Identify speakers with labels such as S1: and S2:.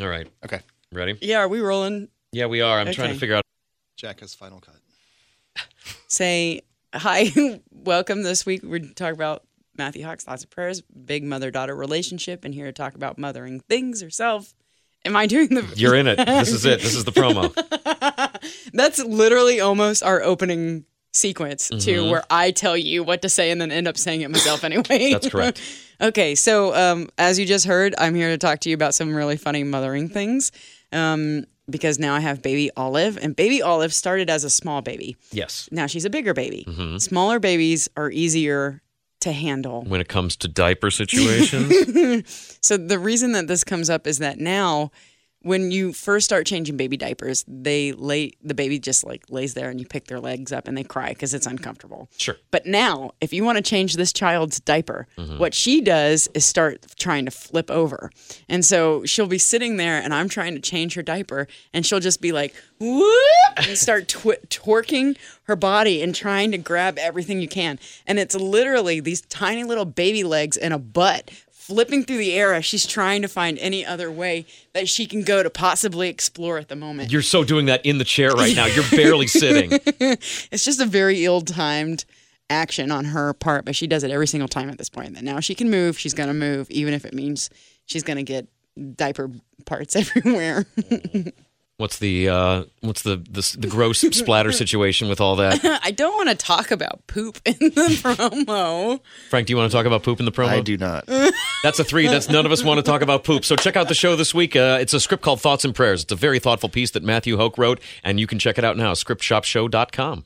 S1: All right.
S2: Okay.
S1: Ready?
S3: Yeah, are we rolling?
S1: Yeah, we are. I'm trying to
S3: Okay.
S1: figure out.
S2: Jack has final cut.
S3: Say hi, welcome. This week we're talking about Matthew Hawks, lots of prayers, big mother daughter relationship, and here to talk about mothering things herself. Am I doing the?
S1: You're in it. This is it. This is the promo.
S3: That's literally almost our opening sequence
S1: Mhm.
S3: to where I tell you what to say and then end up saying it myself anyway.
S1: That's correct.
S3: okay, so um, as you just heard, I'm here to talk to you about some really funny mothering things. Um, because now I have baby Olive, and baby Olive started as a small baby.
S1: Yes.
S3: Now she's a bigger baby.
S1: hmm
S3: Smaller babies are easier to handle.
S1: When it comes to diaper situations,
S3: So the reason that this comes up is that now when you first start changing baby diapers, they lay the baby just like lays there and you pick their legs up and they cry cuz it's uncomfortable.
S1: sure.
S3: But now, if you want to change this child's diaper, what she does is start trying to flip over. And so she'll be sitting there and I'm trying to change her diaper and she'll just be like, whoop, and start twi- twerking her body and trying to grab everything you can. And it's literally these tiny little baby legs and a butt flipping through the air as she's trying to find any other way that she can go to possibly explore at the moment.
S1: You're so doing that in the chair right now. You're barely sitting.
S3: It's just a very ill-timed action on her part, but she does it every single time at this point. That now she can move, she's gonna move, even if it means she's gonna get diaper parts everywhere.
S1: What's the uh, what's the, the the gross splatter situation with all that?
S3: I don't want to talk about poop in the promo.
S1: Frank, do you want to talk about poop in the promo?
S2: I do not.
S1: That's a three. That's none of us want to talk about poop. So check out the show this week. Uh, it's a script called Thoughts and Prayers. It's a very thoughtful piece that Matthew Hoke wrote, and you can check it out now. Scriptshopshow.com.